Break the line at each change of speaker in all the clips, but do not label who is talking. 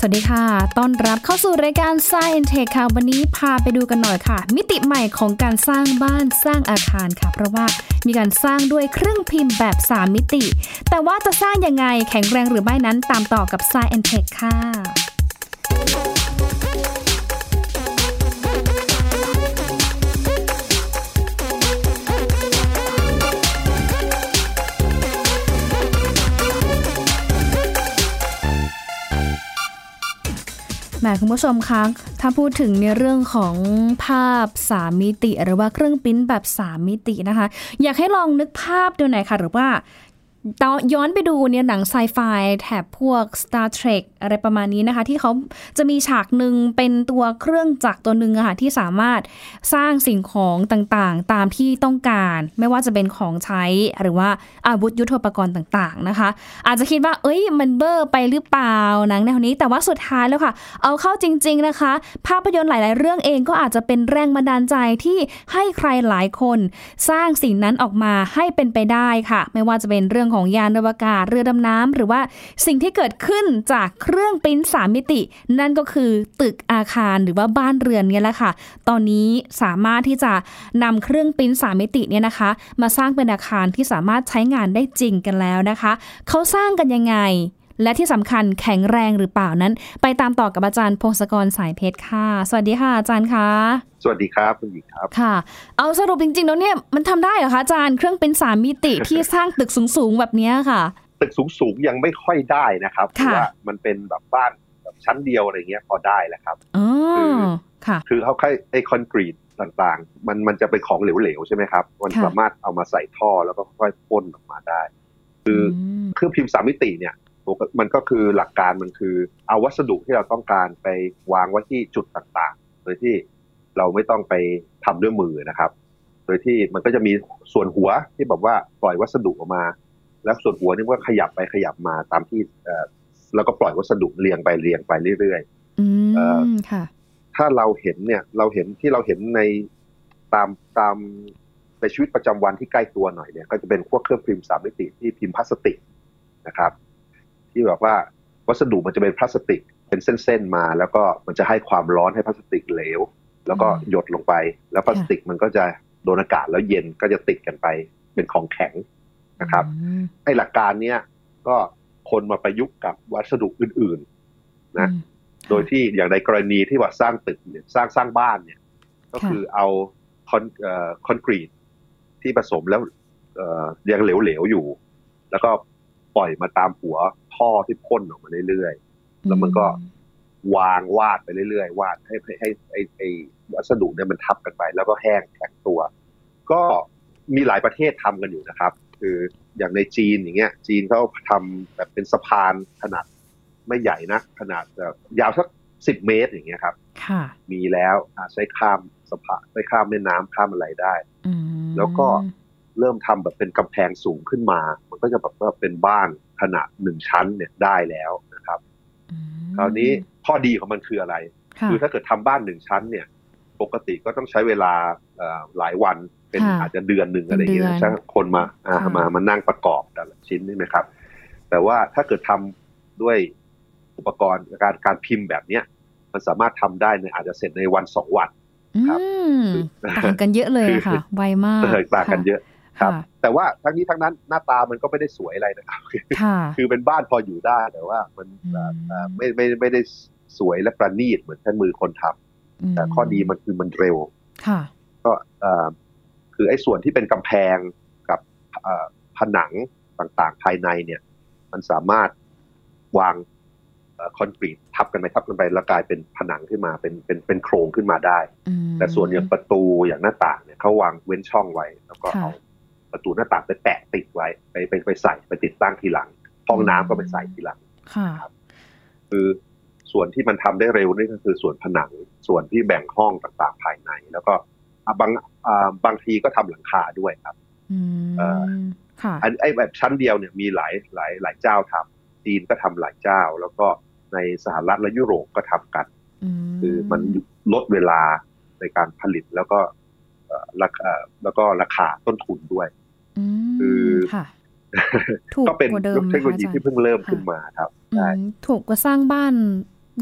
สวัสดีค่ะ ต้อนรับเข้าสู่รายการ Science Tech ค่ะ วันนี้พาไปดูกันหน่อยค่ะ มิติใหม่ของการสร้างบ้านสร้างอาคารค่ะ เพราะว่ามีการสร้างด้วยเครื่องพิมพ์แบบ 3 มิติ แต่ว่าจะสร้างยังไงแข็งแรงหรือไม่นั้นตามต่อกับ Science Tech ค่ะ แหมคุณผู้ชมคะถ้าพูดถึงในเรื่องของภาพสามมิติ หรือว่าเครื่องปริ้นแบบสามมิตินะคะ อยากให้ลองนึกภาพดูหน่อยค่ะ หรือว่าตอนย้อนไปดูเนี่ยหนังไซไฟแถบพวก Star Trek อะไรประมาณนี้นะคะ ที่เขาจะมีฉากหนึ่งเป็นตัวเครื่องจักรตัวหนึ่งอะค่ะที่สามารถสร้างสิ่งของต่างๆ ตามที่ต้องการ ไม่ว่าจะเป็นของใช้หรือว่าอาวุธยุทโธปกรณ์ต่างๆนะคะ อาจจะคิดว่า เอ้ย มันเบอร์ไปหรือเปล่าหนังแนวนี้ แต่ว่าสุดท้ายแล้วค่ะ เอาเข้าจริง ๆนะคะ ภาพยนตร์หลาย ๆ เรื่องเองก็อาจจะเป็นแรงบันดาลใจที่ให้ใครหลายคน สร้างสิ่งนั้นออกมาให้เป็นไปได้ค่ะ ไม่ว่าจะเป็นเรื่องของยานอวกาศเรือดำน้ำหรือว่าสิ่งที่เกิดขึ้นจากเครื่องปริ้นสามมิติ นั่นก็คือตึกอาคารหรือว่าบ้านเรือนเนี่ยแหละค่ะ ตอนนี้สามารถที่จะนำเครื่องปริ้นสามมิติเนี่ยนะคะ มาสร้างเป็นอาคารที่สามารถใช้งานได้จริงกันแล้วนะคะ เขาสร้างกันยังไง และที่สำคัญแข็งแรงหรือเปล่านั้น ไปตามต่อกับอาจารย์พงศกรสายเพชรค่ะ สวัสดีค่ะอาจารย์คะ
สวัสดีครับคุณหญิงครับ
ค่ะ เอาสรุปจริงๆแล้วเนี่ยมันทำได้เหรอคะอาจารย์เครื่องเป็นสามมิ ติที่สร้างตึกสูงๆแบบเนี้ยค่ะ
ตึกสูงๆยังไม่ค่อยได้นะครับเพ
ค่ะ
ราะว่ามันเป็นแบบบ้านแบบชั้นเดียวอะไรเงี้ยพอได้แหละครับ
อ๋อค่ะ
คือเขาค่อยไอ้คอนกรีตต่างๆ มันมันจะเป็นของเหลวๆใช่ไหมครับ มัน
ค่ะ
สามารถเอามาใส่ท่อแล้วก็ค่อยๆพ่นออกมาได้ คืออ
ม
เครื่องพิมพ์สามมิติเนี่ยมันก็คือหลักการมันคือเอาวัสดุที่เราต้องการไปวางไว้ที่จุดต่างๆ โดยที่เราไม่ต้องไปทำด้วยมือนะครับ โดยที่มันก็จะมีส่วนหัวที่แบบว่าปล่อยวัสดุออกมา แล้วส่วนหัวนี่มันก็ขยับไปขยับมาตามที่เอ่อแล้วก็ปล่อยวัสดุเรียงไปเรียงไปเรื่อย
อื
เอ่อ
มค่ะ
ถ้าเราเห็นเนี่ยเราเห็นที่เราเห็นในตามตามในชีวิตประจำวันที่ใกล้ตัวหน่อยเนี่ย ก็จะเป็นพวกเครื่องพิมพ์สามมิติที่พิมพ์พลาสติกนะครับ ที่แบบว่าวัสดุมันจะเป็นพลาสติก เป็นเส้นๆมา แล้วก็มันจะให้ความร้อนให้พลาสติกเหลว แล้วก็
อืม
หยดลงไป แล้วพลาส
ค่ะ
ติกมันก็จะโดนอากาศแล้วเย็นก็จะติดกันไปเป็นของแข็งนะครับ
อืม
ไอ้หลักการเนี้ยก็คนมาประยุกต์กับวัสดุอื่น ๆ นะ
อืม
โดยที่อย่างในกรณีที่ว่าสร้างตึกเนี่ยสร้างสร้างบ้านเนี่ย ก็คือเอาคอนเอ่อคอนกรีตที่ผสมแล้วเอ่อยังเหลวๆอยู่ แล้วก็ปล่อยมาตามหัวท่อที่พ่นออกมาเรื่อย แล้วมันก็ ๆ วางวาดไปเรื่อยๆ วาดให้ให้ให้ไอ้ไอ้วัสดุเนี่ยมันทับกันไป แล้วก็แห้งแข็งตัว ก็มีหลายประเทศทำกันอยู่นะครับ คืออย่างในจีนอย่างเงี้ย จีนเขาทำแบบเป็นสะพานขนาดไม่ใหญ่นะขนาดแบบยาวสักสิบเมตรอย่างเงี้ยครับ
ค่ะ
มีแล้วอ่ะใช้ข้ามสะพานใช้ข้ามแม่น้ำข้ามอะไรได้
อืม
แล้วก็ เริ่มทำแบบเป็นกำแพงสูงขึ้นมา มันก็จะแบบว่าเป็นบ้านขนาดหนึ่งชั้นเนี่ยได้แล้วนะครับ
อืม
คราวนี้ข้อดีของมันคืออะไร
ค่ะ
คือถ้าเกิดทำบ้านหนึ่งชั้นเนี่ย ปกติก็ต้องใช้เวลาเอ่อหลายวันเป็น
ค่ะ
อาจจะเดือนหนึ่งอะไรอย่างเงี้ย
เป็นเดือน
ใช่ไหมคนมาอ่า
ค่ะ
มามานั่งประกอบแต่ละชิ้นนี่ไหมครับ แต่ว่าถ้าเกิดทำด้วยอุปกรณ์การการพิมพ์แบบเนี้ย มันสามารถทำได้ในอาจจะเสร็จในวันสองวัน
อื
ครับ
มต่างกันเยอะเลยอะค่ะ
คือ
ไวมาก
ต่างกันเยอะครับ
ะ
แต่ว่าทั้งนี้ทั้งนั้นหน้าตามันก็ไม่ได้สวยอะไรนะครับ
ค่ะ
คือเป็นบ้านพออยู่ได้แต่ว่ามันเอ่อเอ่อไม่ไม่ไม่ได้สวยและประณีตเหมือนท่านมือคนทำแต่ข้อดีมันคือมันเร็ว
ค่ะ
ก็เอ่อคือไอ้ส่วนที่เป็นกำแพงกับเอ่อผนังต่างๆ ภายในเนี่ย มันสามารถวางเอ่อคอนกรีตทับกันไปทับกันไปแล้วกลายเป็นผนังขึ้นมาเป็นเป็นเป็นโครงขึ้นมาได้
อืม
แต่ส่วนอย่างประตูอย่างหน้าต่างเนี่ยเขาวางเว้นช่องไว้ แล้วก็
ค่ะ
เอาประตูหน้าต่างไปแปะติดไว้ไปไปไปใส่ไปติดตั้งทีหลัง ห้องน้ำ
อืม
ก็ไปใส่ทีหลัง
ค่ะ
ส่วนที่มันทำได้เร็วนี่ก็คือส่วนผนังส่วนที่แบ่งห้องต่างๆภายใน แล้วก็อ่ะบางอ่าบางทีก็ทำหลังคาด้วยครับ
อืม
เอ่อ
ค่ะ
อันไอ้แบบชั้นเดียวเนี่ยมีหลายหลายหลายเจ้าทำจีนก็ทำหลายเจ้า แล้วก็ในสหรัฐและยุโรปก็ทำกัน คือมันลดเวลาในการผลิตแล้วก็เอ่อราคาแล้วก็ราคาต้นทุนด้วย
ม
คือ
ค่ะ ถูก
ก็เป็น
กว่าเดิม
เทคโนโลยี
ไหมคะอาจารย์
ที่เพิ่งเริ่มขึ้นมาครับ
อืม
ได้
ถูกกว่าสร้างบ้าน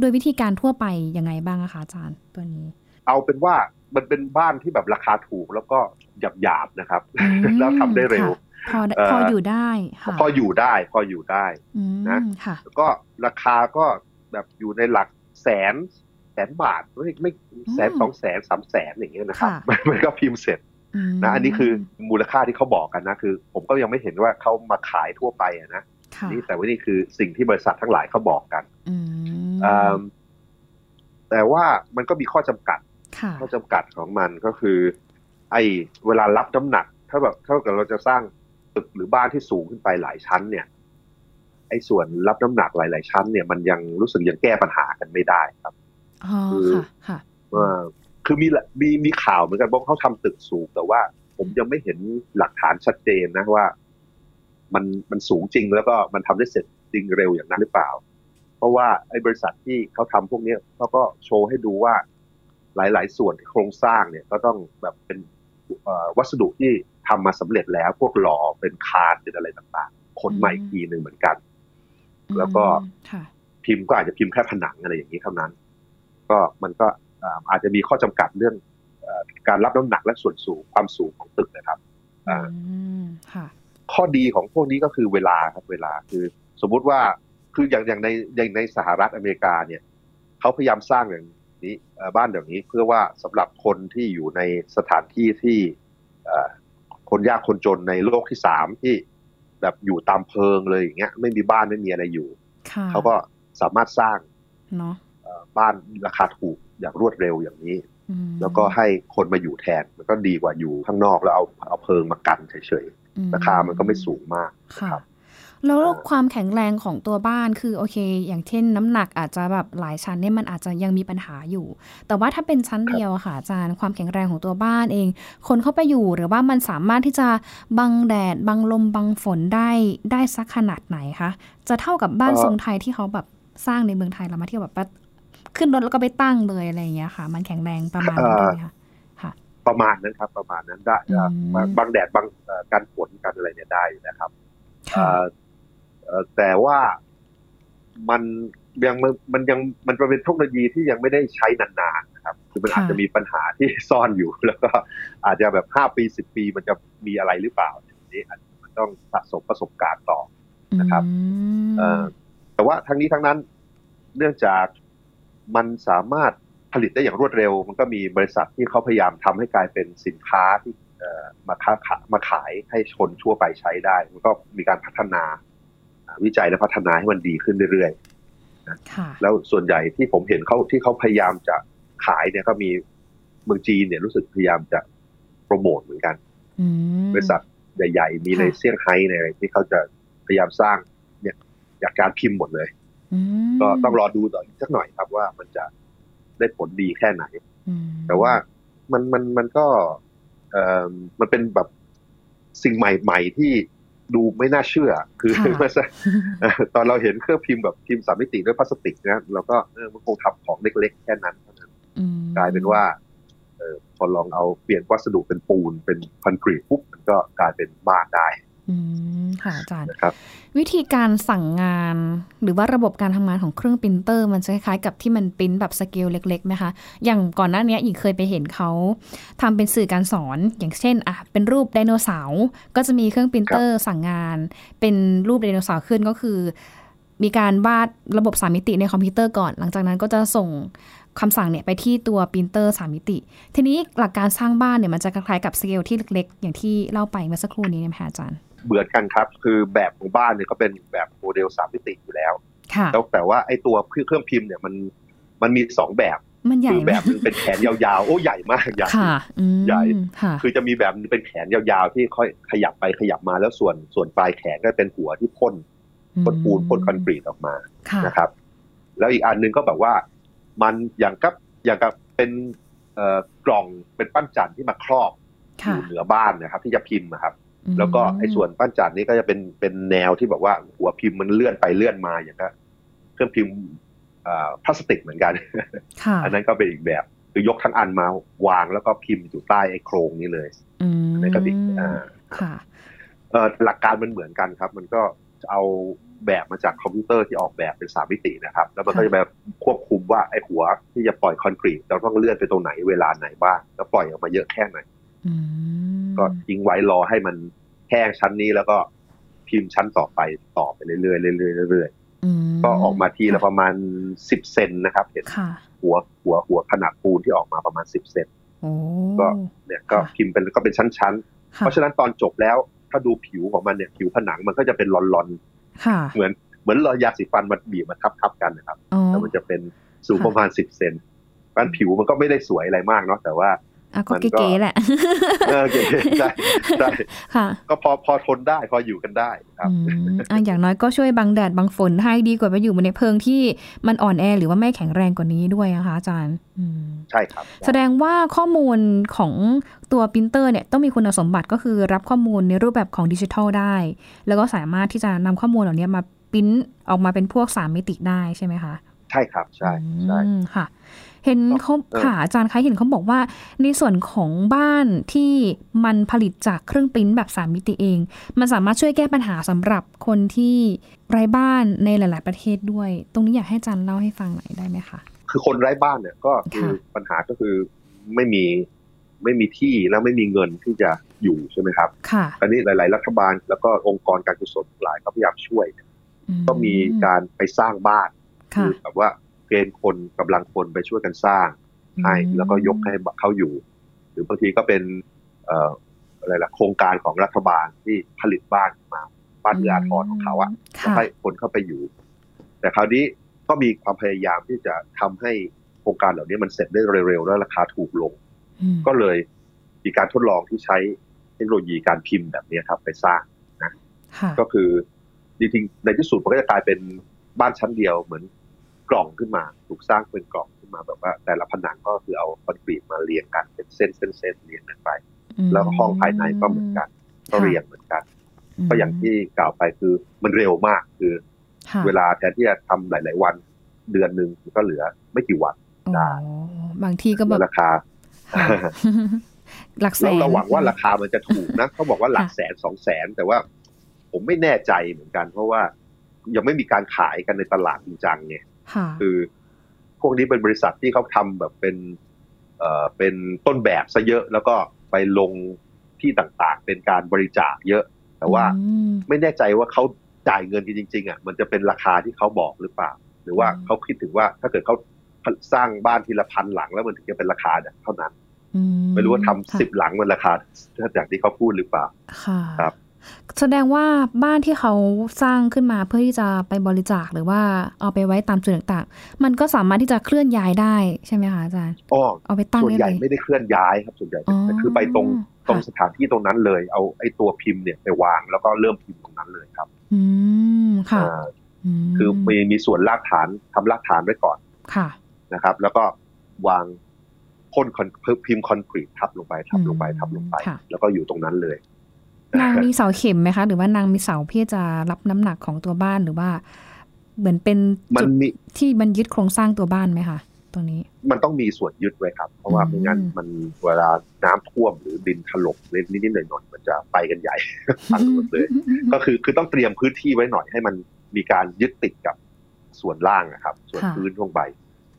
โดยวิธีการทั่วไปยังไงบ้างอะคะอาจารย์ตัวนี้
เอาเป็นว่ามันเป็นบ้านที่แบบราคาถูกแล้วก็หยาบหยาบๆนะครับ
อืม
แล้วทำได้เร็ว
ค่ะพอได้
เอ่อ
พออยู่ได้ค่ะ
พออยู่ได้พออยู่ได้
อืม
นะ
ค่ะ
แล้วก็ราคาก็แบบอยู่ในหลักแสนแสนบาทไม่ไม่แสน
อืม
สองแสนสามแสนอย่างเงี้ยนะครับ
ค่ะ
มันมันก็พิมพ์เสร็จ
ม
นะอันนี้คือมูลค่าที่เขาบอกกันนะคือ ผมก็ยังไม่เห็นว่าเขามาขายทั่วไปอะนะ
ค่ะ
นี่แต่ว่านี่คือสิ่งที่บริษัททั้งหลายเขาบอกกัน
อืม
เอิ่มแต่ว่ามันก็มีข้อจำกัด
ค่ะ
ข้อจำกัดของมันก็คือ ไอ้เวลารับน้ำหนัก ถ้าแบบเท่ากับเราจะสร้างตึกหรือบ้านที่สูงขึ้นไปหลายชั้น เนี่ย ไอ้ส่วนรับน้ำหนักหลาย ๆ ชั้น เนี่ย มันยังรู้สึกยังแก้ปัญหากันไม่ได้ครับ
อ๋อค่ะค่ะ
เออคือมีละมีมีข่าวเหมือนกันว่าเขาทำตึกสูงแต่ว่า ผมยังไม่เห็นหลักฐานชัดเจนนะว่า มันมันสูงจริงแล้วก็มันทำได้เสร็จจริงเร็วอย่างนั้นหรือเปล่า เพราะว่าไอ้บริษัทที่เขาทำพวกเนี้ยเขาก็โชว์ให้ดูว่าหลาย ๆ ส่วนที่โครงสร้างเนี่ย ก็ต้องแบบเป็นเอ่อวัสดุที่ทำมาสำเร็จแล้ว พวกหล่อเป็นคานเป็นอะไรต่างๆขนมาอีกทีหนึ่งเหมือนกัน แล้วก็
อืมค่ะ
พิมพ์ก็อาจจะพิมพ์แค่ผนังอะไรอย่างนี้เท่านั้น ก็มันก็เอ่ออาจจะมีข้อจำกัดเรื่องเอ่อการรับน้ำหนักและส่วนสูงความสูงของตึกนะครับ อ่า
อืมค่ะ
ข้อดีของพวกนี้ก็คือเวลาครับเวลาคือ สมมุติว่าคืออย่างอย่างในอย่างในสหรัฐอเมริกาเนี่ยเขาพยายามสร้างอย่างนี้เอ่อบ้านอย่างนี้เพื่อว่าสำหรับคนที่อยู่ในสถานที่ที่เอ่อคนยากคนจนในโลกที่สามที่แบบอยู่ตามเพิงเลยอย่างเงี้ยไม่มีบ้านไม่มีอะไรอยู่
ค่ะ
เขาก็สามารถสร้าง
เนาะ
เอ่อบ้านราคาถูกอย่างรวดเร็วอย่างนี้
อืม
แล้วก็ให้คนมาอยู่แทนมันก็ดีกว่าอยู่ข้างนอกแล้วเอาเอาเพิงมากันเฉย
อื
ๆราคามันก็ไม่สูงมาก
ค่ะ
ครับ
แล้ว
เอ่อ
ความแข็งแรงของตัวบ้านคือโอเค อย่างเช่นน้ำหนักอาจจะแบบหลายชั้นเนี่ยมันอาจจะยังมีปัญหาอยู่ แต่ว่าถ้าเป็นชั้นเดียวอะค่ะอาจารย์ความแข็งแรงของตัวบ้านเอง คนเข้าไปอยู่หรือว่ามันสามารถที่จะบังแดดบังลมบังฝนได้ได้สักขนาดไหนคะจะเท่ากับบ้าน
เอ่อ
ทรงไทยที่เขาแบบสร้างในเมืองไทยเรามาเที่ยวแบบว่าขึ้นรถแล้วก็ไปตั้งเลยอะไรอย่างเงี้ยค่ะ มันแข็งแรงประมาณนี้นได้ไหมคะ
ประมาณนั้นครับ ประมาณนั้นได้เอ่อ
ม
บางบางแดดบางเอ่อการฝนการอะไรเนี่ยได้นะครับ
ค่ะ
เอ่อเอ่อแต่ว่ามันยังมันมันยังมันเป็นเทคโนโลยีที่ยังไม่ได้ใช้นานๆนะครับ คือมัน
ค่ะ
อาจจะมีปัญหาที่ซ่อนอยู่ แล้วก็อาจจะแบบห้าปีสิบปีมันจะมีอะไรหรือเปล่าอันนี้อาจจะมันต้องสะสมประสบการณ์ต่อ นะครับ
อืม
เอ่อแต่ว่าทั้งนี้ทั้งนั้นเนื่องจากมันสามารถผลิตได้อย่างรวดเร็ว มันก็มีบริษัทที่เขาพยายามทำให้กลายเป็นสินค้าที่เอ่อมาค้าขามาขายให้ชนทั่วไปใช้ได้ มันก็มีการพัฒนาอ่าวิจัยและพัฒนาให้มันดีขึ้นเรื่อย
ค่ะ
ๆ แล้วส่วนใหญ่ที่ผมเห็นเขาที่เขาพยายามจะขายเนี่ยก็มีเมืองจีนเนี่ยรู้สึกพยายามจะโปรโมทเหมือนกัน
อืม
บริษัทใหญ่ ๆ มี
ค่ะ
ในเซี่ยงไฮ้ในอะไรที่เขาจะพยายามสร้างเนี่ยจากการพิมพ์หมดเลย
อืม
ก็ต้องรอดูต่ออีกสักหน่อยครับว่ามันจะได้ผลดีแค่ไหน
อืม
แต่ว่ามันมันมันก็เออมันเป็นแบบสิ่งใหม่ๆที่ดูไม่น่าเชื่อ คือ
ค่ะ
เมื่อสักเอ่อตอนเราเห็นเครื่องพิมพ์แบบพิมพ์สามมิติด้วยพลาสติกนะเราก็เออมันคงทำของเล็กๆแค่นั้นเท่านั้น
อืม
กลายเป็นว่าเออพอลองเอาเปลี่ยนวัสดุเป็นปูนเป็นคอนกรีตปุ๊บมันก็กลายเป็นบ้านได้
อืมค่ะอาจารย์
นะครับ
วิธีการสั่งงาน หรือว่าระบบการทำงานของเครื่องปรินเตอร์ มันจะคล้ายๆกับที่มันปริ้นแบบสเกลเล็กๆไหมคะ อย่างก่อนหน้าเนี้ยหญิงเคยไปเห็นเขาทำเป็นสื่อการสอน อย่างเช่นอ่ะเป็นรูปไดโนเสาร์ก็จะมีเครื่องปรินเตอร์สั่งงาน เป็นรูปไดโนเสาร์ขึ้นก็คือ มีการวาดระบบสามมิติในคอมพิวเตอร์ก่อน หลังจากนั้นก็จะส่งคำสั่งเนี่ยไปที่ตัวปรินเตอร์สามมิติ ทีนี้หลักการสร้างบ้านเนี่ยมันจะคล้ายๆกับสเกลที่เล็กๆ อย่างที่เล่าไปเมื่อสักครู่นี้นะคะอาจารย์
เบือนกันครับ คือแบบของบ้านเนี่ยก็เป็นแบบโมเดลสามมิติอยู่แล้ว
ค่ะ
แล้วแต่ว่าไอ้ตัวเครื่องพิมพ์เนี่ยมันมันมีสองแบบ
มันใหญ่
คือ
ไหม
แบบหนึงเป็นแขนยาวๆ โอ้ใหญ่มากใหญ่
ค่ะอืม
ใหญ่
ค่ะ
คือจะมีแบบหนึ่งเป็นแขนยาวๆ ที่ค่อยขยับไปขยับมาแล้วส่วนส่วนปลายแขนก็เป็นหัวที่พ่นพ่นปูนพ่นคอนกรีตออกมา
ค่ะ
นะครับ แล้วอีกอันหนึงก็แบบว่ามันอย่างกับอย่างกับเป็นเอ่อกล่องเป็นปั้นจันที่มาครอบอ
ค่ะ
ยู่เหนือบ้านนะครับ ที่จะพิมพ์นะครับ
อืม
แล้วก็ไอ้ส่วนปั้นจันนี่ก็จะเป็นเป็นแนวที่แบบว่าหัวพิมพ์มันเลื่อนไปเลื่อนมาอย่างกับเครื่องพิมพ์เอ่อพลาสติกเหมือนกัน
ค่ะ
อันนั้นก็เป็นอีกแบบคือยกทั้งอันมาวางแล้วก็พิมพ์อยู่ใต้ไอ้โครงนี้เลย
อืม
อันนั่นก็อีกอ่า
ค่ะ
เอ่อหลักการมันเหมือนกันครับ มันก็เอาแบบมาจากคอมพิวเตอร์ที่ออกแบบเป็นสามมิตินะครับ แล้วมันก็จะแบบ ควบคุมว่าไอ้หัวที่จะปล่อยคอนกรีตเราต้องเลื่อนไปตรงไหนเวลาไหนบ้างแล้วปล่อยออกมาเยอะแค่ไหน
อืม
ก็ทิ้งไว้รอให้มันแห้งชั้นนี้แล้วก็พิมพ์ชั้นต่อไปต่อไปเรื่อยๆเรื่อยๆเรื่อย
ม
ๆก็ออกมาทีละประมาณสิบเซนนะครับ เห็น
ค่ะ
หัวหัวหัวขนาดปูนที่ออกมาประมาณสิบเซน
โอ้
ก็ เนี่ยก็
ค่ะ
พิมพ์เป็นก็เป็นชั้นๆ
ค่
เพราะฉะนั้นตอนจบแล้วถ้าดูผิวของมันเนี่ยผิวผนังมันก็จะเป็นลอน
ค่ะ
ๆเหมือนเหมือนรอยยาสีฟันมันบีบมาทับๆกันนะครับ
อ๋อ
แล้วมันจะเป็นสูง
ค่ะ
ประมาณสิบเซนมันผิวมันก็ไม่ได้สวยอะไรมากเนาะแต่ว่า
อ่ะก็
มันก็
เก๋ๆแหละ
เออโอเค ได้ ได้
ค่ะ
ก็พอพอทนได้พออยู่กันได้ครับ
อืมอ่ะอย่างน้อยก็ช่วยบังแดดบังฝนให้ดีกว่าไปอยู่ในเพิงที่มันอ่อนแอหรือว่าไม่แข็งแรงกว่านี้ด้วยนะคะอาจารย์อืม
ใช่ครับ
แสดงว่าข้อมูลของตัวปรินเตอร์เนี่ยต้องมีคุณสมบัติก็คือรับข้อมูลในรูปแบบของดิจิทัลได้ แล้วก็สามารถที่จะนำข้อมูลเหล่านี้มาปริ้นออกมาเป็นพวกสามมิติได้ใช่ไหมคะ
ใช่ครับใช่ใช่
อืมค่ะ เห็นเขา
เออ
ค่ะอาจารย์คะเห็นเขาบอกว่า ในส่วนของบ้านที่มันผลิตจากเครื่องปริ้นแบบสามมิติเอง มันสามารถช่วยแก้ปัญหาสำหรับคนที่ไร้บ้านในหลาย ๆ ประเทศด้วย ตรงนี้อยากให้อาจารย์เล่าให้ฟังหน่อยได้ไหมคะ
คือคนไร้บ้านเนี่ยก็คือ
ค่ะ
ปัญหาก็คือไม่มีไม่มีที่แล้วไม่มีเงินที่จะอยู่ใช่ไหมครับ
ค่ะ
อันนี้หลาย ๆ รัฐบาลแล้วก็องค์กรการกุศลหลายก็พยายามช่วย ก็มีการไปสร้างบ้าน
ค่ะ
แบบว่าเกณฑ์คนกำลังคนไปช่วยกันสร้าง ให้แล้วก็ยกให้เขาอยู่ หรือบางทีก็เป็นเอ่ออะไรล่ะโครงการของรัฐบาลที่ผลิตบ้านมา บ้านเอื้ออาทรของเขาอะ
ค่ะ
ให้คนเข้าไปอยู่ แต่คราวนี้ก็มีความพยายามที่จะทำให้โครงการเหล่านี้มันเสร็จได้เร็วๆ แล้วราคาถูกลง
อืม
ก็เลยมีการทดลองที่ใช้เทคโนโลยีการพิมพ์แบบนี้ครับ ไปสร้าง
ค่ะ
ก็คือจริงๆในที่สุดมันก็จะกลายเป็นบ้านชั้นเดียวเหมือนกล่องขึ้นมา ถูกสร้างเป็นกล่องขึ้นมาแบบว่า แต่ละผนังก็คือเอาคอนกรีตมาเรียงกันเป็นเส้นเส้นเส้นเรียงกันไป
ม
แล้วก็ห้องภายในก็เหมือนกัน ก็เรียงเหมือนกัน ก็อย่างที่กล่าวไปคือมันเร็วมากคือ
ค่ะ
เวลาแทนที่จะทำหลาย ๆ วันเดือนหนึ่งก็เหลือไม่กี่วัน ได้
โอ้บางทีก็แบบ
ราคา
ค่ะหลักแส
แล้ว
น
เราหวังว่าราคามันจะถูกนะ เขาบอกว่าหลัก
ค่ะ
แสนสองแสนแต่ว่าผมไม่แน่ใจเหมือนกัน เพราะว่ายังไม่มีการขายกันในตลาดจริงจังไง
ค่ะ
คือ พวกนี้เป็นบริษัทที่เขาทำแบบเป็นเอ่อเป็นต้นแบบซะเยอะ แล้วก็ไปลงที่ต่างๆ เป็นการบริจาคเยอะ แต่ว่า
อืม
ไม่แน่ใจว่าเขาจ่ายเงินกันจริง ๆอ่ะมันจะเป็นราคาที่เขาบอกหรือเปล่า หรือว่า
อืม
เขาคิดถึงว่าถ้าเกิดเขาสร้างบ้านทีละพันหลังแล้วมันถึงจะเป็นราคาเนี่ยเท่านั้น
อื
ไม่รู้ว่า
ค่ะ
ทำสิบหลังมันราคาจากที่เขาพูดหรือเปล่า
ค่ะ
ครับ
แสดงว่าบ้านที่เขาสร้างขึ้นมาเพื่อที่จะไปบริจาคหรือว่าเอาไปไว้ตามจุดต่างๆ มันก็สามารถที่จะเคลื่อนย้ายได้ใช่ไหมคะอาจารย์
อ้อ
เอาไปตั้ง
ส่วน
ได้
ใหญ่
เลย
ไม่ได้เคลื่อนย้ายครับส่วนใหญ่เป็นคือไปตรงตรง
ค่ะ
สถานที่ตรงนั้นเลย เอาไอ้ตัวพิมพ์เนี่ยไปวางแล้วก็เริ่มพิมพ์ตรงนั้นเลยครับ
อืมค่ะ
อ่า
อื
คือมีมีส่วนรากฐานทำรากฐานไว้ก่อน
ค่ะ
นะครับ แล้วก็วางพ่นคอนพิมพ์คอนกรีตทับลงไปทับลงไป
อืม
ทับลงไป
ค่ะ
แล้วก็อยู่ตรงนั้นเลย
นางมีเสาเข็มไหมคะ หรือว่านางมีเสาเพื่อจะรับน้ำหนักของตัวบ้านหรือว่า เหมือนเป็น
มั
จุ
น
ด
มี
ที่มันยึดโครงสร้างตัวบ้านไหมคะตัวนี้
มันต้องมีส่วนยึดไว้ครับ เพราะว่าไม่งั้น
อืม
มันเวลาน้ำท่วมหรือดินถล่มเล็กนิดๆหน่อยๆมันจะไปกันใหญ่ พังหมดเลย ก็คือคือต้องเตรียมพื้นที่ไว้หน่อยให้มันมีการยึดติดกับส่วนล่างนะครับ ส่วน
ค่ะ
พื้นลงไป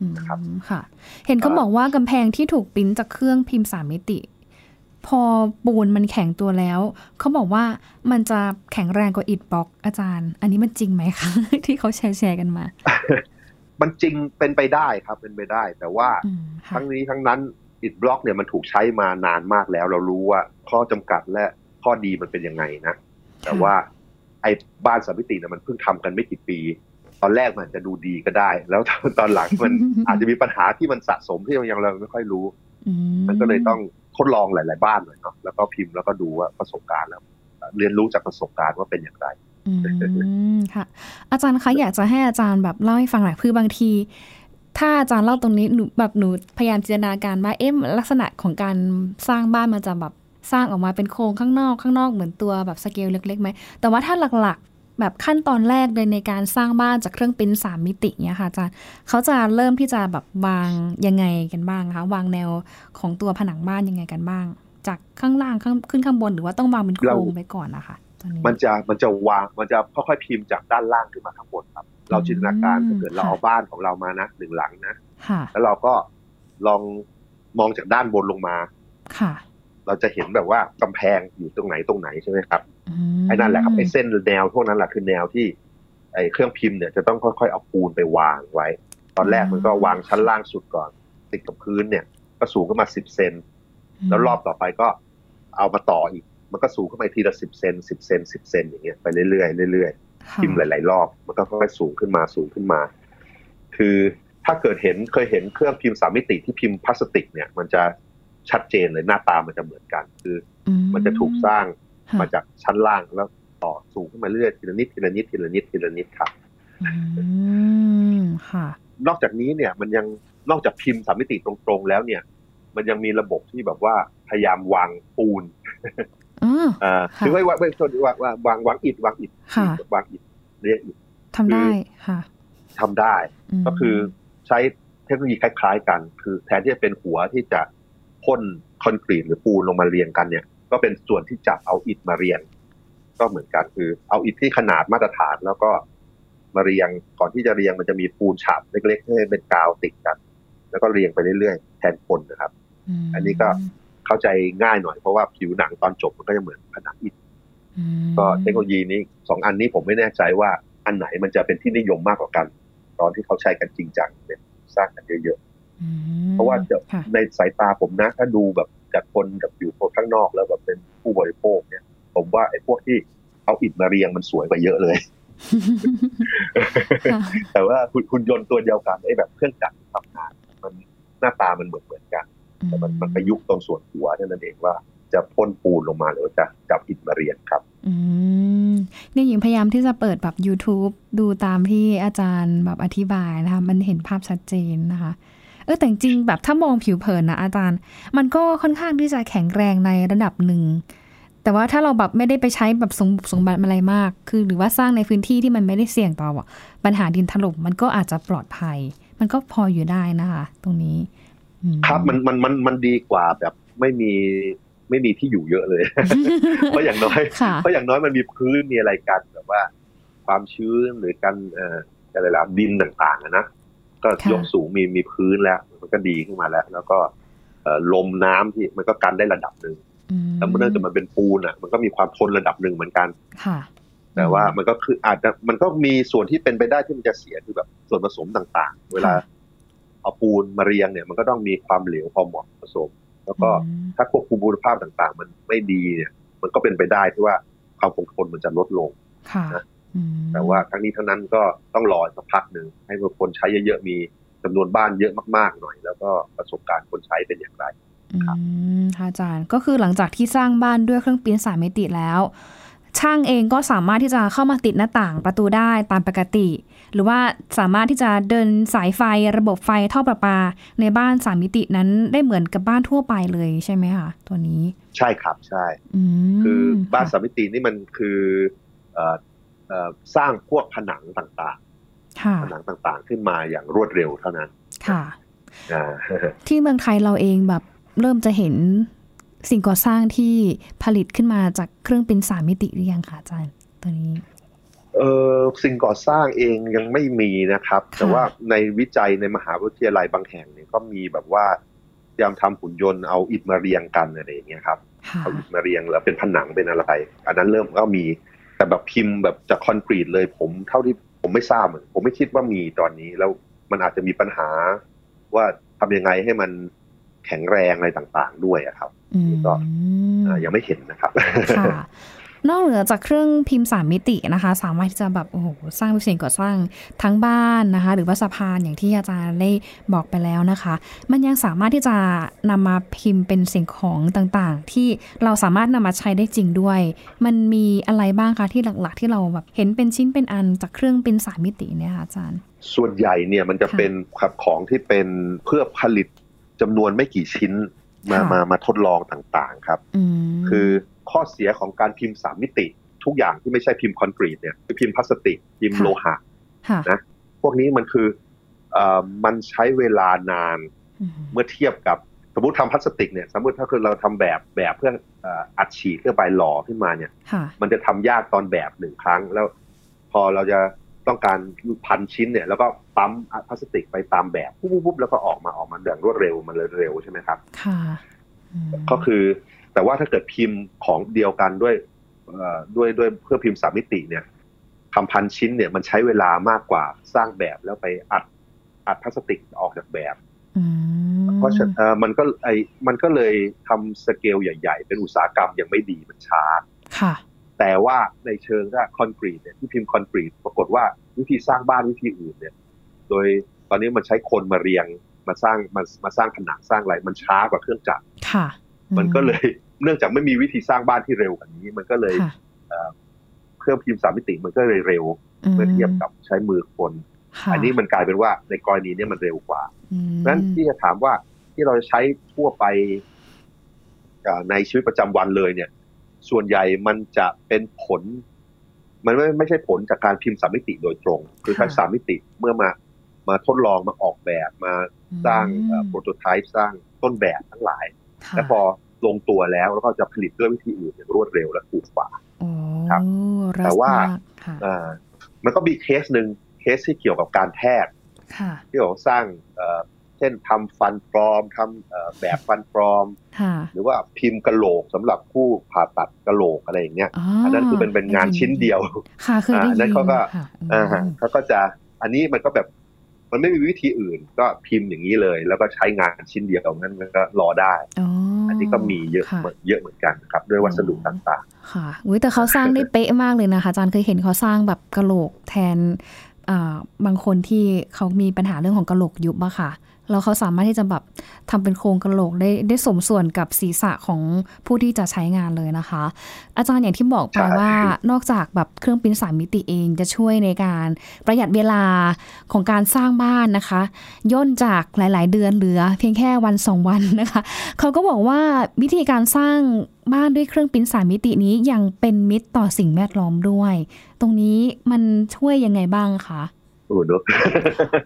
อืม
นะครับ
ค่ะ เห็นเขา
อ่า
บอกว่ากำแพงที่ถูกปริ้นจากเครื่องพิมพ์สามมิติ พอปูนมันแข็งตัวแล้วเขาบอกว่ามันจะแข็งแรงกว่าอิฐบล็อกอาจารย์ อันนี้มันจริงไหมคะ ที่เขาแชร์แชร์ๆกันมา
มันจริงเป็นไปได้ครับเป็นไปได้ แต่ว่า
อืมค่ะ
ทั้งนี้ทั้งนั้นอิฐบล็อกเนี่ยมันถูกใช้มานานมากแล้ว เรารู้ว่าข้อจำกัดและข้อดีมันเป็นยังไงนะ แต่ว่าไอ้บ้านสามมิติเนี่ยมันเพิ่งทำกันไม่กี่ปี ตอนแรกมันอาจจะดูดีก็ได้ แล้ว ตอนตอนหลังมัน อาจจะมีปัญหาที่มันสะสมที่เรายังเราไม่ค่อยรู้
อื
มันก็เลยต้องทดลองหลาย ๆ บ้านหน่อยเนาะแล้วก็พิมพ์แล้วก็ดูว่าประสบการณ์แล้วเรียนรู้จากประสบการณ์ว่าเป็นอย่างไร
อืมค่ะ อาจารย์คะอยากจะให้อาจารย์แบบเล่าให้ฟังหน่อยคือบางที ถ้าอาจารย์เล่าตรงนี้หนูแบบหนูพยายามจินตนาการว่าเอ๊ะลักษณะของการสร้างบ้านมันจะแบบสร้างออกมาเป็นโครงข้างนอกข้างนอกเหมือนตัวแบบสเกลเล็กๆไหมแต่ว่าถ้าหลักๆ แบบขั้นตอนแรกเลยในการสร้างบ้านจากเครื่องปริ้นสามมิติเนี่ยค่ะอาจารย์เขาจะเริ่มที่จะแบบวางยังไงกันบ้างคะวางแนวของตัวผนังบ้านยังไงกันบ้าง จากข้างล่างข้างขึ้นข้างบนหรือว่าต้องวางเป็นโครง
เรา
ไปก่อนนะคะ อนนี้
มันจะมันจะวางมันจะค่อยๆพิมพ์จากด้านล่างขึ้นมาข้างบนครับ เราจินตนาการถ้าเกิดเรา
ค่ะ
เอาบ้านของเรามานะหนึ่งหลังนะ
ค่ะ
แล้วเราก็ลองมองจากด้านบนลงมา
ค่ะ
เราจะเห็นแบบว่ากำแพงอยู่ตรงไหนตรงไหนใช่ไหมครับ
ม
ไอ้นั่นแหละครับไอ้เส้นแนวพวกนั้นแหละคือแนวที่ไอ้เครื่องพิมพ์เนี่ยจะต้องค่อยๆเอาปูนไปวางไว้ ตอนแรกมันก็วางชั้นล่างสุดก่อน ติดกับพื้นเนี่ย ก็สูงขึ้นมาสิบเซน แล้วรอบต่อไปก็เอามาต่ออีก มันก็สูงขึ้นไปทีละสิบเซนสิบเซนสิบเซนอย่างเงี้ยไปเรื่อยๆเรื่อยๆ
ค่ะ
พิมพ์หลายๆรอบ มันก็ค่อยๆสูงขึ้นมาสูงขึ้นมา คือถ้าเกิดเห็นเคยเห็นเครื่องพิมพ์สามมิติที่พิมพ์พลาสติกเนี่ย มันจะชัดเจนเลยหน้าตามันจะเหมือนกัน คือ
อื
มันจะถูกสร้าง
ค่ะ
มาจากชั้นล่างแล้วต่อสูงขึ้นมาเรื่อยทีละนิดทีละนิดทีละนิดทีละนิดครับ
อืมค่ะ
นอกจากนี้เนี่ยมันยังนอกจากพิมพ์สามมิติตรงๆแล้วเนี่ย มันยังมีระบบที่แบบว่าพยายามวางปูน
อ้อ
อ่า
ค่ะ
คือไว้ไว้ไว้วางวางวางวางอิฐวางอิฐ
ค่ะ
วางอิฐเรียกอิฐ
ทำได้ค่ะ
ทำได้
ม
ก็คือใช้เทคโนโลยีคล้าย ๆ กัน คือแทนที่จะเป็นหัวที่จะพ่นคอนกรีตหรือปูนลงมาเรียงกันเนี่ย ก็เป็นส่วนที่จับเอาอิฐมาเรียง ก็เหมือนกันคือเอาอิฐที่ขนาดมาตรฐานแล้วก็มาเรียงก่อนที่จะเรียงมันจะมีปูนฉาบเล็กๆให้เป็นกาวติดกัน แล้วก็เรียงไปเรื่อยๆแทนคนนะครับ
ม
อันนี้ก็ เข้าใจง่ายหน่อยเพราะว่าผิวหนังตอนจบมันก็จะเหมือนผนังอิฐ
อืม
ก็เทคโนโลยีนี้สองอันนี้ผมไม่แน่ใจว่าอันไหนมันจะเป็นที่นิยมมากกว่ากัน ตอนที่เขาใช้กันจริงจังเนี่ยสร้างกันเยอะ
อืม
เพราะว่าจะ
ค่ะ
ๆ ในสายตาผมนะ ถ้าดูแบบจากคนกับอยู่ข้างนอกแล้วแบบเป็นผู้บริโภคเนี่ย ผมว่าไอ้พวกที่เอาอิฐมาเรียงมันสวยกว่าเยอะเลย
ค่ะ
แต่ว่า หุ่นหุ่นยนต์ตัวเดียวกันไอ้แบบเครื่องจักรที่ทำงานมันหน้าตามันเหมือนเหมือนๆกัน แต่มันมันประยุกต์ตรงส่วนหัวเท่านั่นเองว่าจะพ่นปูนลงมาหรือว่าจะจับอิฐมาเรียงครับ
อืมเนี่ยหญิงพยายามที่จะเปิดแบบ YouTube ดูตามที่อาจารย์แบบอธิบายนะคะ มันเห็นภาพชัดเจนนะคะ เออแต่จริงๆแบบถ้ามองผิวเผินนะอาจารย์ มันก็ค่อนข้างที่จะแข็งแรงในระดับหนึ่ง แต่ว่าถ้าเราแบบไม่ได้ไปใช้แบบสมบุกสมบัติอะไรมาก คือหรือว่าสร้างในพื้นที่ที่มันไม่ได้เสี่ยงต่อปัญหาดินถล่มมันก็อาจจะปลอดภัย มันก็พออยู่ได้นะคะ ตรงนี้อื
ครับมันมันมันมันดีกว่าแบบไม่มีไม่มีที่อยู่เยอะเลย เพราะอย่างน้อย
ค่ะ
เพราะอย่างน้อยมันมีพื้นมีอะไรกันแบบว่า ความชื้นหรือการเอ่ออะไรล่ะดินต่างๆอะนะก็
ค่ะ
ยกสูงมีมีพื้นแล้ว มันก็ดีขึ้นมาแล้ว แล้วก็เอ่อลมน้ำที่มันก็กันได้ระดับหนึ่งแล้วเนื่องจากมันเป็นปูนอ่ะมันก็มีความทนระดับหนึ่งเหมือนกัน
ค่ะ
แต่ว่ามันก็คืออาจจะมันก็มีส่วนที่เป็นไปได้ที่มันจะเสียคือแบบส่วนผสมต่างๆ เวลา
ค่ะ
เอาปูนมาเรียงเนี่ย มันก็ต้องมีความเหลวพอเหมาะผสม แล้วก็
อืม
ถ้าควบคุมคุณภาพต่างๆ มันไม่ดีเนี่ย มันก็เป็นไปได้ที่ว่าความคงทนมันจะลดลง
ค่ะ
นะ
อืม
แต่ว่าทั้งนี้ทั้งนั้นก็ต้องรออีกสักพักหนึ่งให้คนใช้เยอะๆ มีจำนวนบ้านเยอะมากๆหน่อย แล้วก็ประสบการณ์คนใช้เป็นอย่างไร
อืมค่ะอาจารย์ก็คือหลังจากที่สร้างบ้านด้วยเครื่องปีนสามมิติแล้ว ช่างเองก็สามารถที่จะเข้ามาติดหน้าต่างประตูได้ตามปกติ หรือว่าสามารถที่จะเดินสายไฟระบบไฟท่อประปา ในบ้านสามมิตินั้นได้เหมือนกับบ้านทั่วไปเลยใช่ไหมคะตัวนี้
ใช่ครับใช่
อืม
คือบ้านสา
ค่ะ
มมิตินี่มันคือเอ่อเอ่อสร้างพวกผนังต่าง
ค่ะ
ๆ ผนังต่างๆ ขึ้นมาอย่างรวดเร็วเท่านั้น
ค่ะ
อ่า
ที่เมืองไทยเราเองแบบเริ่มจะเห็นสิ่งก่อสร้างที่ผลิตขึ้นมาจากเครื่องเป็นสามมิติหรือยังคะอาจารย์ตัวนี้
เออสิ่งก่อสร้างเองยังไม่มีนะครับ
ค่ะ
แต่ว่าในวิจัยในมหาวิทยาลัยบางแห่งเนี่ยก็มีแบบว่าพยายามทำหุ่นยนต์เอาอิฐมาเรียงกันอะไรอย่างเงี้ยครับ
ค่ะ
เอาอิฐมาเรียงแล้วเป็นผนังเป็นอะไรอันนั้นเริ่มก็มีแต่แบบพิมพ์แบบจากคอนกรีตเลยผมเท่าที่ผมไม่ทราบเหมือนผมไม่คิดว่ามีตอนนี้แล้วมันอาจจะมีปัญหาว่าทำยังไงให้มันแข็งแรงอะไรต่างๆ ด้วยอะครับ
อืม
ก็ อ่ายังไม่เห็นนะครับ
ค่ะ นอกเหนือจากเครื่องพิมพ์สามมิตินะคะ สามารถที่จะแบบโอ้โหสร้างสิ่งก่อสร้างทั้งบ้านนะคะ หรือว่าสะพานอย่างที่อาจารย์ได้บอกไปแล้วนะคะ มันยังสามารถที่จะนำมาพิมพ์เป็นสิ่งของต่างๆ ที่เราสามารถนำมาใช้ได้จริงด้วย มันมีอะไรบ้างคะที่หลักๆ ที่เราแบบเห็นเป็นชิ้นเป็นอันจากเครื่องเป็นสามมิติเนี่ยค่ะอาจารย์
ส่วนใหญ่เนี่ยมันจะ
ค่ะ
เป็นครับของที่เป็นเพื่อผลิตจำนวนไม่กี่ชิ้นมา
ค่ะ
มามาทดลองต่างๆครับ
อืม
คือข้อเสียของการพิมพ์สามมิติ ทุกอย่างที่ไม่ใช่พิมพ์คอนกรีตเนี่ยคือพิมพ์พลาสติกพิมพ์โลหะ
ค่ะ
นะ พวกนี้มันคือเอ่อมันใช้เวลานาน
อืม
เมื่อเทียบกับ สมมติทำพลาสติกเนี่ยสมมติถ้าคือเราทำแบบแบบเพื่อเอ่ออัดฉีดเข้าไปหล่อขึ้นมาเนี่ย
ค่ะ
มันจะทำยากตอนแบบหนึ่งครั้ง แล้ว พอเราจะต้องการพันชิ้นเนี่ย แล้วก็ปั๊มพลาสติกไปตามแบบปุ๊บปุ๊บปุ๊บแล้วก็ออกมาออกมาอย่างรวดเร็วมันเลยเร็วใช่ไหมครับ
ค่ะอืม
ก็คือแต่ว่าถ้าเกิดพิมพ์ของเดียวกันด้วยเอ่อด้วยด้วยเพื่อพิมพ์สามมิติเนี่ยทำพันชิ้นเนี่ยมันใช้เวลามากกว่าสร้างแบบแล้วไปอัดอัดพลาสติกออกจากแบบ
ม
เพราะฉะเอ่อมันก็ไอมันก็เลยทำสเกลใหญ่ ๆ เป็นอุตสาหกรรมยังไม่ดีมันช้า
ค่ะ
แต่ว่าในเชิงถ้าคอนกรีตเนี่ยที่พิมพ์คอนกรีตปรากฏว่าวิธีสร้างบ้านวิธีอื่นเนี่ย โดยตอนนี้มันใช้คนมาเรียงมาสร้างมามาสร้างผนังสร้างอะไรมันช้ากว่าเครื่องจักร
ค่ะ
มันก็เลย เนื่องจากไม่มีวิธีสร้างบ้านที่เร็วกว่านี้ มันก็เลย
ค่ะ
เครื่องพิมพ์สามมิติมันก็เลยเร็วเมื่อเทียบกับใช้มือคน
ค่ะ
อันนี้มันกลายเป็นว่าในกรณีเนี้มันเร็วกว่า
อืม
นั้นที่จะถามว่าที่เราใช้ทั่วไปเอ่อในชีวิตประจำวันเลยเนี่ย ส่วนใหญ่มันจะเป็นผล มันไม่ไม่ใช่ผลจากการพิมพ์สามมิติโดยตรง คือใช้สามมิติเมื่อมามาทดลองมาออกแบบมาสร้างโปรโตไทป์สร้างต้นแบบทั้งหลาย
ค่ะ
และพอลงตัวแล้วแล้วก็จะผลิตด้วยวิธีอื่นอย่างรวดเร็วและถูกกว่า
โอ้
ครับ
รั
แต่
ส
ว่า
มกค่ะ
อ่ามันก็มีเคสหนึ่งเคสที่เกี่ยวกับการแพทย์
ค่ะ
ที่บอกว่าสร้างเอ่อเช่นทำฟันปลอมทำเอ่อแบบฟันปลอม
ค่ะ
หรือว่าพิมพ์กระโหลกสำหรับผู้ผ่าตัดกระโหลกอะไรอย่างเงี้ย อันนั้นคือเป็นเป็นงานชิ้นเดียว
ค่ะเคยได้
อ่าอันนั้
ยิ
นเขาก็
ค่ะ
อ่าฮะ
อืม
เขาก็จะอันนี้มันก็แบบมันไม่มีวิธีอื่น ก็พิมพ์อย่างนี้เลย แล้วก็ใช้งานชิ้นเดียวงั้นมันก็รอได้
อ๋อ
อั
อั
นนี้ก็มีเยอะเยอะเหมือนกันครับ ด้วยวัสดุต่าง
ค่ะอุ้ยแต่เขาสร้างได้เป๊ะมากเลยนะคะอาจารย์เคยเห็นเขาสร้างแบบกะโหลกแทนอ่าบางคนที่เขามีปัญหาเรื่องของกะโหลกยุบอะค่ะแล้วเขาสามารถที่จะแบบทำเป็นโครงกะโหลกได้ได้สมส่วนกับศีรษะของผู้ที่จะใช้งานเลยนะคะ อาจารย์อย่างที่บอกไป
ใช่
ว่านอกจากแบบเครื่องปริ้นสามมิติเองจะช่วยในการประหยัดเวลาของการสร้างบ้านนะคะ ย่นจากหลาย ๆ เดือนเหลือ เพียงแค่วันสองวันนะคะ เขาก็บอกว่าวิธีการสร้างบ้านด้วยเครื่องปริ้นสามมิตินี้ยังเป็นมิตรต่อสิ่งแวดล้อมด้วย ตรงนี้มันช่วยยังไงบ้างคะ
ๆโอ้โหเนอะ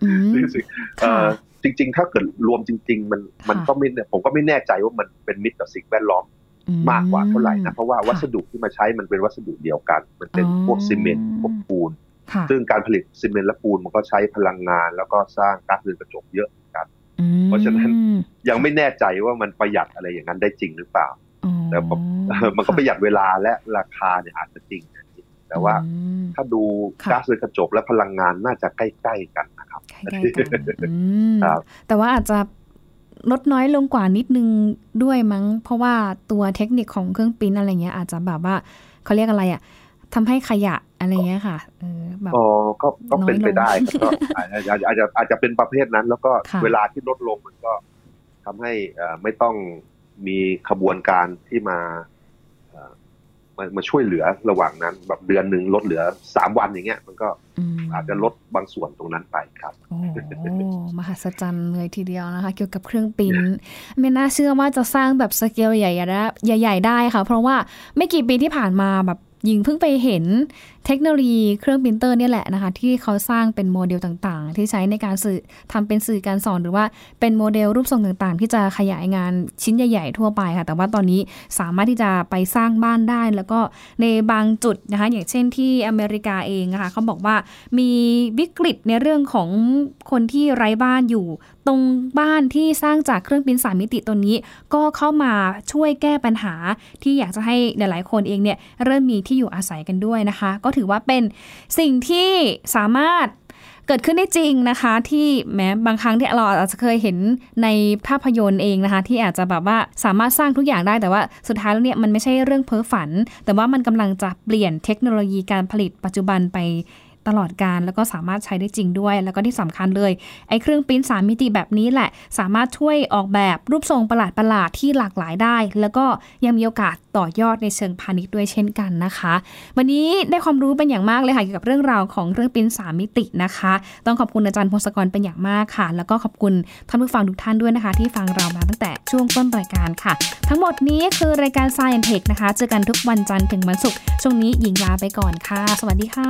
อืม
รู้สึกเอ่
ค่ะ
อจริง ๆ ถ้าเกิดรวมจริง ๆ มันมันก็ไม่เนี่ยผมก็ไม่แน่ใจว่ามันเป็นมิตรกับสิ่งแวดล้อม มากกว่าเท่าไหร่นะ เพราะว่าวัสดุที่มาใช้มันเป็นวัสดุเดียวกัน มันเป็น
อ๋อ
พวกซีเมนต์พวกปูน
ค่ะ
ซึ่งการผลิตซีเมนต์และปูนมันก็ใช้พลังงาน แล้วก็สร้างก๊าซเรือนกระจกเยอะ
อืม
เพราะฉะนั้น ยังไม่แน่ใจว่ามันประหยัดอะไรอย่างนั้นได้จริงหรือเปล่า
อ๋อ
แต่ผม มันก็ประหยัดเวลาและราคาเนี่ยอาจจะจริงนะแต่ว่า
อืม
ถ้าดู
ค่ะ
ก๊าซเรือนกระจกและพลังงานน่าจะใกล้ๆกันนะครับ
ใกล้ๆกันอืม
ครับ
แต่ว่าอาจจะลดน้อยลงกว่านิดนึงด้วยมั้ง เพราะว่าตัวเทคนิคของเครื่องปริ้นอะไรเงี้ยอาจจะแบบว่าเขาเรียกอะไรอะทำให้ขยะอะไรเงี้ยค่ะเออแบบ
๋อก็ก็เป็นไปได้
น้อยลง
ก็อาจจะอาจจะอาจจะอาจจะเป็นประเภทนั้น แล้วก็
ค่ะ
เวลาที่ลดลงมันก็ทำให้เอ่อไม่ต้องมีขบวนการที่มาเอ่อมามาช่วยเหลือระหว่างนั้น แบบเดือนหนึ่งลดเหลือสามวันอย่างเงี้ย มันก็
ม
อาจจะลดบางส่วนตรงนั้นไปครับ
โอ้โห มหัศจรรย์เลยทีเดียวนะคะ เกี่ยวกับเครื่องปริ้นไม่น่าเชื่อว่าจะสร้างแบบสเกลใหญ่ๆได้ใหญ่ๆได้ค่ะ เพราะว่าไม่กี่ปีที่ผ่านมาแบบยิงเพิ่งไปเห็นเทคโนโลยีเครื่องปรินเตอร์เนี่ยแหละนะคะ ที่เขาสร้างเป็นโมเดลต่างๆ ที่ใช้ในการสื่อทำเป็นสื่อการสอนหรือว่าเป็นโมเดลรูปทรงต่างๆ ที่จะขยายงานชิ้นใหญ่ๆ ทั่วไปค่ะ แต่ว่าตอนนี้สามารถที่จะไปสร้างบ้านได้ แล้วก็ในบางจุดนะคะ อย่างเช่นที่อเมริกาเองนะคะเขาบอกว่า มีวิกฤตในเรื่องของคนที่ไร้บ้านอยู่ ตรงบ้านที่สร้างจากเครื่องบินสามมิติตัวนี้ ก็เข้ามาช่วยแก้ปัญหาที่อยากจะให้หลายๆ คนเองเนี่ยเริ่มมีที่อยู่อาศัยกันด้วยนะคะ ก็ถือว่าเป็นสิ่งที่สามารถเกิดขึ้นได้จริงนะคะ ที่แม้บางครั้งที่เราอาจจะเคยเห็นในภาพยนตร์เองนะคะ ที่อาจจะแบบว่าสามารถสร้างทุกอย่างได้แต่ว่าสุดท้ายแล้วเนี่ยมันไม่ใช่เรื่องเพ้อฝัน แต่ว่ามันกำลังจะเปลี่ยนเทคโนโลยีการผลิตปัจจุบันไป ตลอดการแล้วก็สามารถใช้ได้จริงด้วย แล้วก็ที่สำคัญเลย ไอ้เครื่องปริ้นสามมิติแบบนี้แหละ สามารถช่วยออกแบบรูปทรงประหลาดประหลาดๆที่หลากหลายได้ แล้วก็ยังมีโอกาสต่อยอดในเชิงพาณิชย์ด้วยเช่นกันนะคะ วันนี้ได้ความรู้เป็นอย่างมากเลยค่ะเกี่ยวกับเรื่องราวของเครื่องปริ้นสามมิตินะคะ ต้องขอบคุณอาจารย์พงศกรเป็นอย่างมากค่ะ แล้วก็ขอบคุณท่านผู้ฟังทุกท่านด้วยนะคะ ที่ฟังเรามาตั้งแต่ช่วงต้นรายการค่ะ ทั้งหมดนี้คือรายการ Science and Tech นะคะเจอกันทุกวันจันทร์ถึงวันศุกร์ช่วงนี้หญิงลาไปก่อนค่ะ สวัสดีค่ะ